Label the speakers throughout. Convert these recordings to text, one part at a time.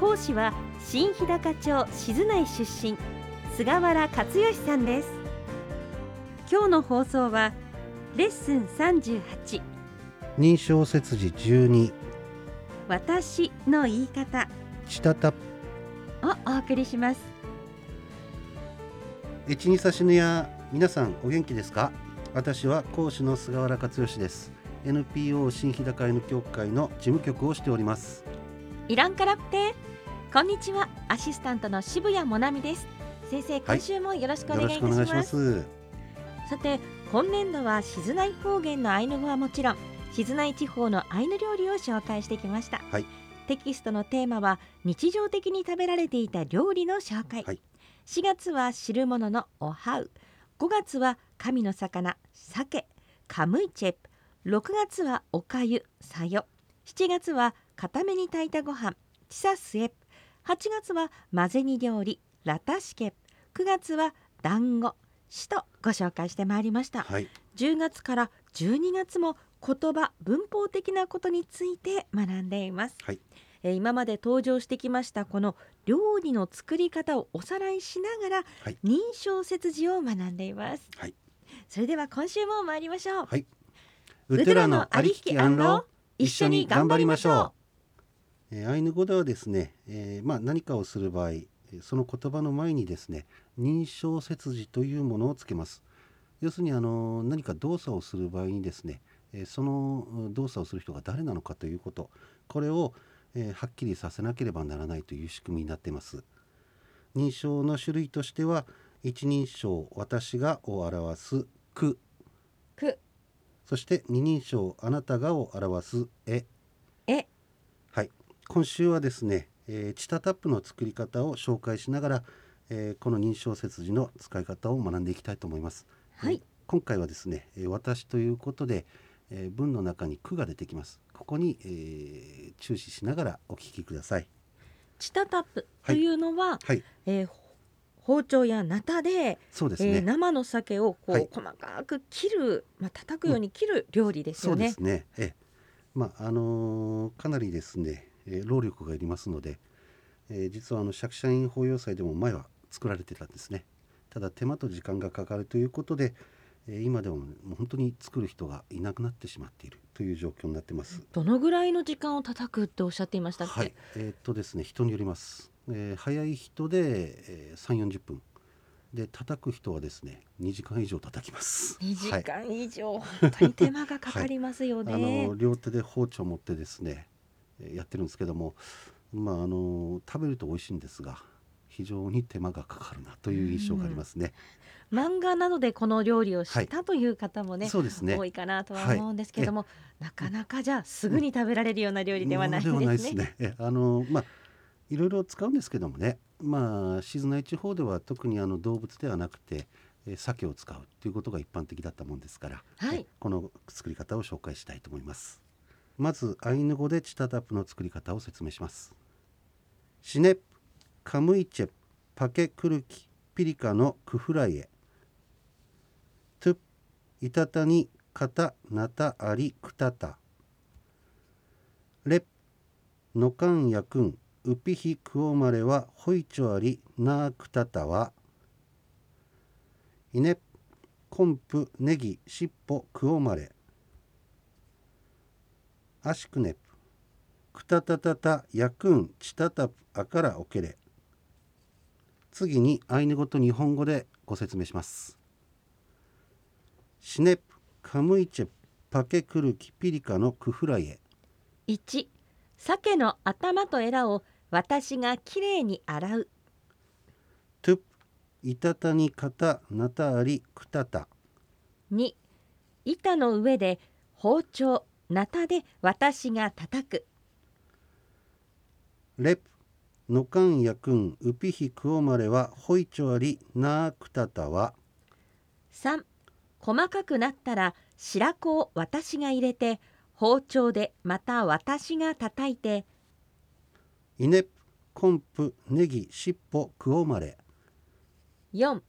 Speaker 1: 講師は新日高町静内出身菅原克義さんです今日の放送はレッスン38
Speaker 2: 認証節字12
Speaker 1: 私の言い方
Speaker 2: チタタ
Speaker 1: をお送りします
Speaker 2: エチニサシヌヤ皆さんお元気ですか私は講師の菅原克義です NPO 新日高犬協会の事務局をしております
Speaker 1: イランカラプテこんにちはアシスタントの渋谷もなみです先生今週もよろしくお
Speaker 2: よ
Speaker 1: 願い
Speaker 2: ろし
Speaker 1: い
Speaker 2: くお
Speaker 1: たし
Speaker 2: 願
Speaker 1: ま
Speaker 2: い
Speaker 1: す,、
Speaker 2: します
Speaker 1: さて今年度は静内方言のアイヌ語はもちろん静内地方のアイヌ料理を紹介してきました、
Speaker 2: はい
Speaker 1: テキストのテーマは日常的に食べられていた料理の紹介、
Speaker 2: はい
Speaker 1: 4月は汁物のおはう5月は神の魚鮭カムイチェプ6月はおかゆさよ7月は固めに炊いたご飯チサスエプ8月は混ぜ煮料理ラタシケプ9月は団子しとご紹介してまいりました
Speaker 2: はい
Speaker 1: 10月から12月も言葉文法的なことについて学んでいます、
Speaker 2: はい
Speaker 1: えー今まで登場してきましたこの料理の作り方をおさらいしながら、
Speaker 2: はい
Speaker 1: 認証節字を学んでいます、
Speaker 2: はい
Speaker 1: それでは今週も参りましょう、
Speaker 2: はい
Speaker 1: ウ
Speaker 2: ウ
Speaker 1: テ
Speaker 2: テ
Speaker 1: ラ
Speaker 2: ラ
Speaker 1: の
Speaker 2: の
Speaker 1: あ
Speaker 2: あ
Speaker 1: り
Speaker 2: り
Speaker 1: ひ
Speaker 2: ひ
Speaker 1: き
Speaker 2: き
Speaker 1: ア
Speaker 2: ア
Speaker 1: ン
Speaker 2: ン
Speaker 1: ロ
Speaker 2: ロ
Speaker 1: 一
Speaker 2: 一
Speaker 1: 緒
Speaker 2: 緒
Speaker 1: に
Speaker 2: に
Speaker 1: 頑
Speaker 2: 頑
Speaker 1: 張
Speaker 2: 張
Speaker 1: り
Speaker 2: り
Speaker 1: ま
Speaker 2: ま
Speaker 1: し
Speaker 2: し
Speaker 1: ょ
Speaker 2: ょう、えーアイヌ語ではですね、えーまあ何かをする場合えーその言葉の前にですね認証切字というものをつけます要するにあの何か動作をする場合にですねえーそのうん動作をする人が誰なのかということこれを、えーはっきりさせなければならないという仕組みになっています認証の種類としては一人称私がを表すく
Speaker 1: く
Speaker 2: そして二人称あなたがを表すえ
Speaker 1: え
Speaker 2: はい今週はですね、えーチタタップの作り方を紹介しながら、えーこの認証節字の使い方を学んでいきたいと思います、
Speaker 1: はい
Speaker 2: えー今回はですね、えー私ということで、えー文の中に句が出てきますここに、えー注視しながらお聞きください
Speaker 1: チタタップというのは、
Speaker 2: はい
Speaker 1: えーほ包丁やナタで
Speaker 2: そうです
Speaker 1: え
Speaker 2: ね、
Speaker 1: ー生の鮭をこう、
Speaker 2: はい
Speaker 1: 細かく切る、まあ叩くように切る料理です
Speaker 2: そ
Speaker 1: よ
Speaker 2: うで
Speaker 1: ね。
Speaker 2: すね。ええ、まああのーかなりですね、えー労力がいりますので、えー実はあの釈迦院法要祭でも前は作られてたんですね。ただ手間と時間がかかるということで、えー今でももう本当に作る人がいなくなってしまっているという状況になってます。
Speaker 1: どのぐらいの時間を叩くっておっしゃっていましたっけ？
Speaker 2: はい、えーっとですね人によります、えー早い人で、えー、3 4 0分で叩く人はですね2時間以上叩きます
Speaker 1: 2時
Speaker 2: はい
Speaker 1: 間以上、本当に手間がかかりますよね。
Speaker 2: あの両手で包丁を持ってですねえーやってるんですけども、まあ、あの食べると美味しいんですが非常に手間がかかるなという印象がありますね。
Speaker 1: 漫画などでこの料理を知ったという方もね。
Speaker 2: そうですね
Speaker 1: 多いかなとは思うんですけども、なかなかじゃあすぐに食べられるような料理ではないで
Speaker 2: もの
Speaker 1: すね。
Speaker 2: ね。えあのまあいろいろ使うんですけどもね、まあ静内地方では特にあの動物ではなくて、えー鮭を使うということが一般的だったもんですから、
Speaker 1: はい
Speaker 2: えこの作り方を紹介したいと思います。まずアイヌ語でチタタプの作り方を説明します。シネップ、カムイチェプ、パケクルキ、ピリカのクフライエ、トゥップ、イタタニ、カタ、ナタ、アリ、クタタ、レップのかんやくんうぴひくおまれはほいちょありなあくたたはいねこんぷねぎしっぽくおまれあしくねぷくたたたたやくんちたたぷあからおけれ次にアイヌ語と日本語でご説明しますしねぷかむいちェパケくるきピリカのくふらいへ
Speaker 1: 一、鮭の頭とエラを私がきれいに洗う。
Speaker 2: トゥップイタタニカタナタアリクタタ
Speaker 1: 二、板の上で包丁、ナタで私が叩く。
Speaker 2: レップのかんやくんうぴひくおまれはほいちょありなあくたたは
Speaker 1: 3細かくなったら白子を私が入れて包丁でまた私が叩いて
Speaker 2: いねっこんぷねぎしっぽくおまれ
Speaker 1: 4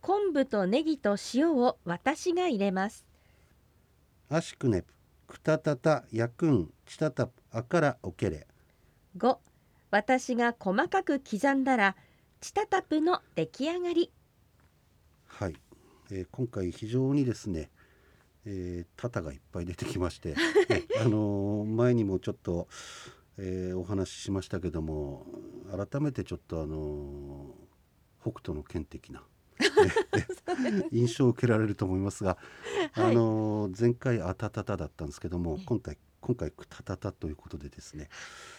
Speaker 1: 昆布とネギと塩を私が入れます
Speaker 2: あしくねぷくたたたやくんちたたぷあからおけれ
Speaker 1: 5私が細かく刻んだらチタタプの出来上がり
Speaker 2: はい、えー今回非常にですね、えー、タタがいっぱい出てきま して、ねあのー前にもちょっと、えーお話ししましたけども改めてちょっとあのー北斗の剣 的なね印象を受けられると思いますが、
Speaker 1: はい
Speaker 2: あのー前回あたたただったんですけども
Speaker 1: ええ
Speaker 2: 今回今回くたたたということでですね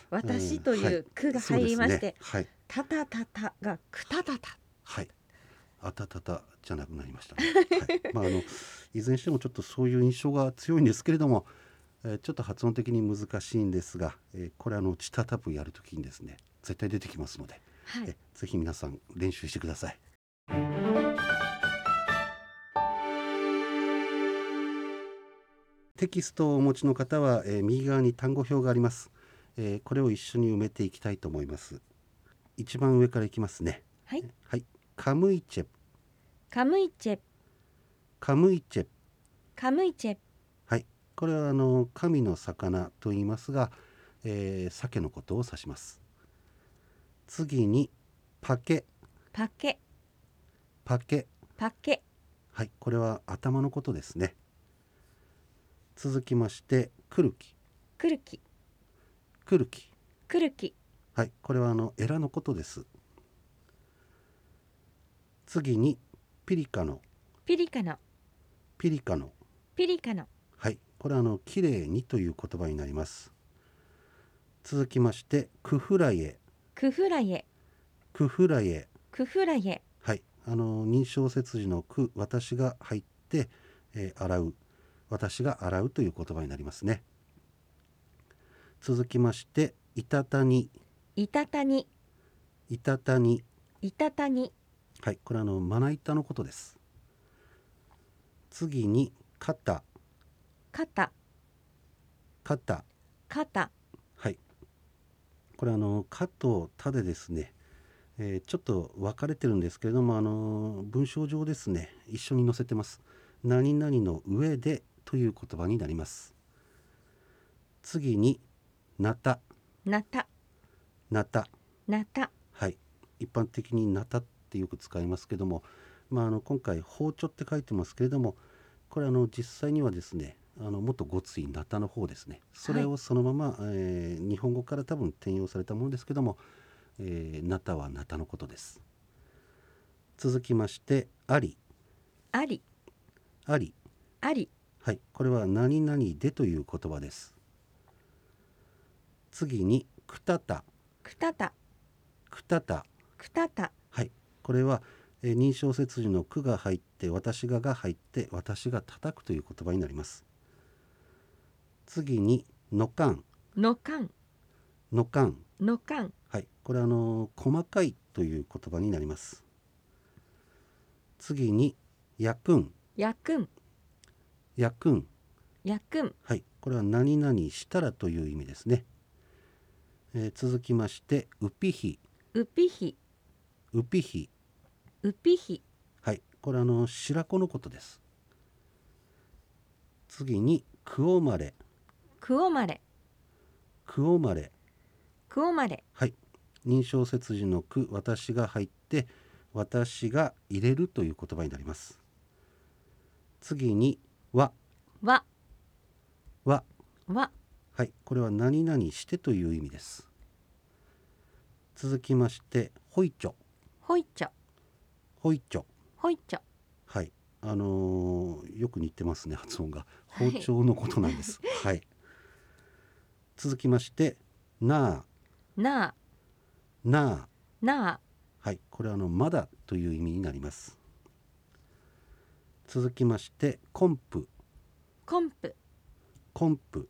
Speaker 1: 私と
Speaker 2: はいいう
Speaker 1: 句が入りまして、
Speaker 2: そうですね、はい
Speaker 1: タタタタがクタタタ
Speaker 2: はい。あたたたじゃなくなりましたね。はい、まああのいずれにしてもちょっとそういう印象が強いんですけれども、えーちょっと発音的に難しいんですが、えーこれあのチタタプやるときにですね、絶対出てきますので、
Speaker 1: は
Speaker 2: え
Speaker 1: い
Speaker 2: ーぜひ皆さん練習してください。テキストをお持ちの方は、えー右側に単語表があります、えーこれを一緒に埋めていきたいと思います。一番上からいきますね。
Speaker 1: はい
Speaker 2: はい、カムイチェプ、
Speaker 1: カムイチェ
Speaker 2: カムイチェプ、
Speaker 1: カムイチェ
Speaker 2: はい、これはあの神の魚と言いますが、えー、鮭のことを指します。次にパケ、
Speaker 1: パケ
Speaker 2: パケ、
Speaker 1: パケ
Speaker 2: はい、これは頭のことですね。続きましてクルキ、
Speaker 1: クルキ
Speaker 2: クルキ、
Speaker 1: クルキ
Speaker 2: はい、これはあのエラのことです。次にピリカの、
Speaker 1: ピリカの
Speaker 2: ピリカの、
Speaker 1: ピリカの
Speaker 2: はい、これはあの綺麗にという言葉になります。続きましてクフライエ、
Speaker 1: クフライエ
Speaker 2: クフライエ、
Speaker 1: クフライエ
Speaker 2: はい、あの認証節字のク、私が入って、えー洗う、私が洗うという言葉になりますね。続きましていたたに、
Speaker 1: イタタニ
Speaker 2: いたたに、
Speaker 1: イタタニ
Speaker 2: はい、これはあのまな板のことです。次に肩、
Speaker 1: 肩
Speaker 2: 肩、
Speaker 1: 肩
Speaker 2: はい。これあの「か」と「た」でですね、えーちょっと分かれてるんですけれどもあの文章上ですね一緒に載せてます。何々の上でという言葉になります。次に「なた」
Speaker 1: ナタ
Speaker 2: 「なた
Speaker 1: ナタ」
Speaker 2: はい一般的に「なた」ってよく使いますけども、まあ、あの今回「包丁」って書いてますけれどもこれあの実際にはですねあの元ごつい「なた」の方ですねそれをそのまま、えー日本語から多分転用されたものですけども「えー、なた」は「なた」のことです続きまして「あり」
Speaker 1: あり
Speaker 2: 「あり」
Speaker 1: あり
Speaker 2: はいこれは「何々で」という言葉です次に「くたた」
Speaker 1: クタタ
Speaker 2: 「くたた」
Speaker 1: クタタ
Speaker 2: はい、これは、えー認証切字の「く」が入って「私が」が入って「私が叩く」という言葉になります次に「のかん」
Speaker 1: のかん
Speaker 2: 「のかん
Speaker 1: のかん」
Speaker 2: はいこれはあのー細かい」という言葉になります次に「やくん
Speaker 1: やくん」
Speaker 2: 「やくん
Speaker 1: やくん」
Speaker 2: はいこれは「何々したら」という意味ですね、えー続きまして「うぴひ」
Speaker 1: うぴひ
Speaker 2: 「うぴひ」
Speaker 1: うぴひ
Speaker 2: はい、これあの白子のことです。次にクオマレ、
Speaker 1: くおまれ
Speaker 2: クオマレ、
Speaker 1: くおまれ
Speaker 2: はい、認証節字のク、私が入って私が入れるという言葉になります。次には
Speaker 1: わ
Speaker 2: は
Speaker 1: わ
Speaker 2: はい、これは何々してという意味です。続きましてホイチョ、
Speaker 1: ほいちょ
Speaker 2: ホイチョ、
Speaker 1: ほいちょ
Speaker 2: はい、あのーよく似てますね発音が
Speaker 1: はい
Speaker 2: 包丁のことなんです。はい。続きましてなあ
Speaker 1: なあ
Speaker 2: なあ
Speaker 1: なあ
Speaker 2: はいこれはあのまだという意味になります。続きましてコンプ
Speaker 1: コンプ
Speaker 2: コンプ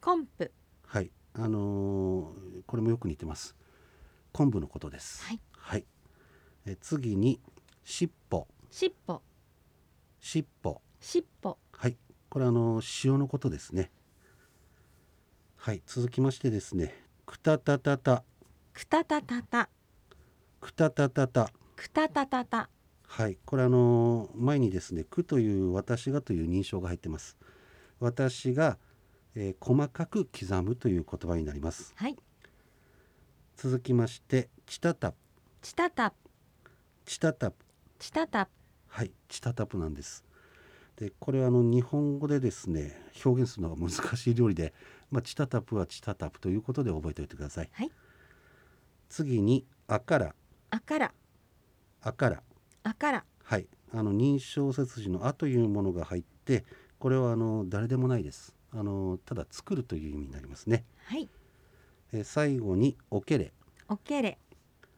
Speaker 1: コンプ
Speaker 2: はいあのーこれもよく似てます。昆布のことです。
Speaker 1: はい。
Speaker 2: え次に尻尾
Speaker 1: 尻尾
Speaker 2: 尻尾
Speaker 1: 尻尾
Speaker 2: はいこれあの塩のことですね。はい続きましてですねくたたたた
Speaker 1: くたたたた
Speaker 2: くたたたた
Speaker 1: くたたたた
Speaker 2: はい、これあの前にですね「く」という「私が」という認証が入ってます。私が、えー細かく刻むという言葉になります。
Speaker 1: はい
Speaker 2: 続きまして「チタタプ
Speaker 1: ちたた」
Speaker 2: 「チタタプ
Speaker 1: ちたた」
Speaker 2: はい「チタタプ」なんです。でこれはあの日本語でですね表現するのが難しい料理で「まあ、チタタプ」は「チタタプ」ということで覚えておいてください。
Speaker 1: はい
Speaker 2: 次に「あから」
Speaker 1: あから
Speaker 2: 「あから」
Speaker 1: あから
Speaker 2: はい、あの認証切字の「あ」というものが入ってこれはあの誰でもないですあのただ作るという意味になりますね、
Speaker 1: はい
Speaker 2: えー最後に「おけれ
Speaker 1: おけれ」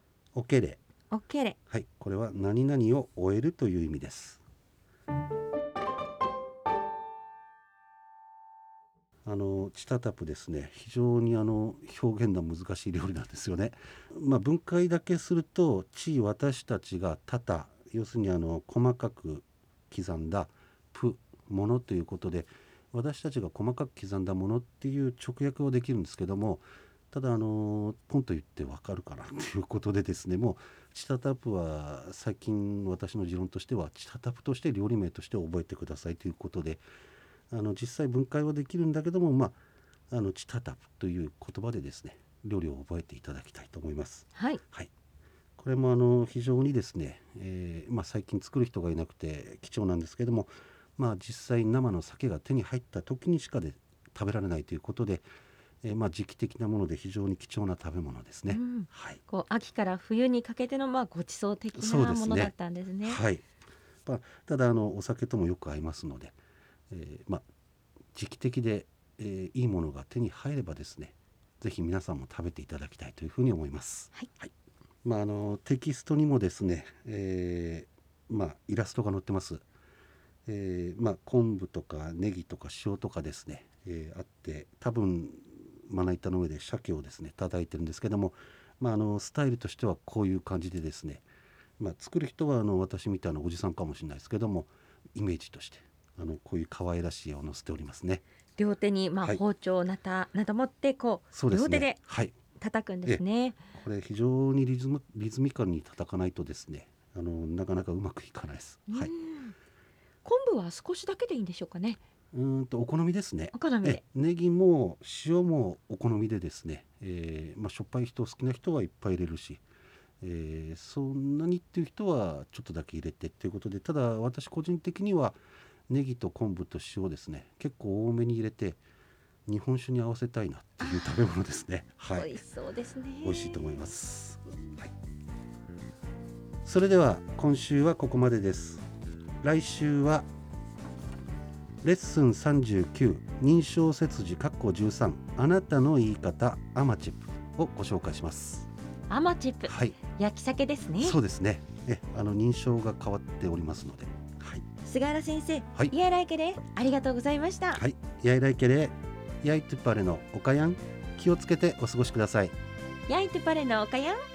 Speaker 2: 「おけれ
Speaker 1: おけれ」
Speaker 2: はいこれは何々を終えるという意味ですあのチタタプですね非常にあの表現が難しい料理なんですよねまあ分解だけすると地位私たちがタタ要するにあの細かく刻んだプものということで私たちが細かく刻んだものっていう直訳はできるんですけどもただあのポンと言ってわかるかなということでですねもうチタタプは最近私の持論としてはチタタプとして料理名として覚えてくださいということであの実際分解はできるんだけどもまああのチタタプという言葉でですね料理を覚えていただきたいと思います。
Speaker 1: はい
Speaker 2: はい、これもあの非常にですね、えーまあ、最近作る人がいなくて貴重なんですけども、まあ、実際生の鮭が手に入った時にしかで食べられないということで、えーまあ、時期的なもので非常に貴重な食べ物ですね。
Speaker 1: うん
Speaker 2: はい
Speaker 1: こう秋から冬にかけてのまあごちそう的
Speaker 2: そう
Speaker 1: な
Speaker 2: ですね
Speaker 1: ものだったんですね。
Speaker 2: はいまあ、ただあのお酒ともよく合いますので、えーまあ、時期的で、えーいいものが手に入ればですねぜひ皆さんも食べていただきたいというふうに思います。
Speaker 1: はい
Speaker 2: まあ、あのテキストにもですね、えーまあ、イラストが載ってます。えーまあ、昆布とかネギとか塩とかですね、えーあって多分まな板の上で鮭をですね叩いてるんですけども、まあ、あのスタイルとしてはこういう感じでですね、まあ、作る人はあの私みたいなおじさんかもしれないですけどもイメージとしてあのこういう可愛らしい絵を載せておりますね。
Speaker 1: 両手にま
Speaker 2: は
Speaker 1: あ
Speaker 2: い
Speaker 1: 包丁なたなど持ってこ
Speaker 2: そうですね
Speaker 1: 両手で
Speaker 2: はいう
Speaker 1: 叩くんですね。
Speaker 2: これ非常にリズムリズミカルに叩かないとですねあのなかなかうまくいかないです。はい、
Speaker 1: うん昆布は少しだけでいいんでしょうかね。
Speaker 2: うーんとお好みですね
Speaker 1: お。好み
Speaker 2: え
Speaker 1: で。
Speaker 2: ネギも塩もお好みでですね、えーまあ、しょっぱい人好きな人はいっぱい入れるし、えーそんなにっていう人はちょっとだけ入れてっていうことでただ私個人的にはネギと昆布と塩ですね結構多めに入れて日本酒に合わせたいなっていう食べ物ですね。はい
Speaker 1: 美味しそうですね。
Speaker 2: 美味しいと思います、はい、それでは今週はここまでです来週はレッスン39認証切字括弧13あなたの言い方アマチップをご紹介します
Speaker 1: アマチップ
Speaker 2: はい
Speaker 1: 焼き鮭ですね。
Speaker 2: そうですねえあの認証が変わっておりますのではい
Speaker 1: 菅原先生、
Speaker 2: はい
Speaker 1: イエライケです。ありがとうございました。
Speaker 2: はいやいらいけれやいとっぱれのおかやん気をつけてお過ごしください
Speaker 1: 焼いてパレのおかやん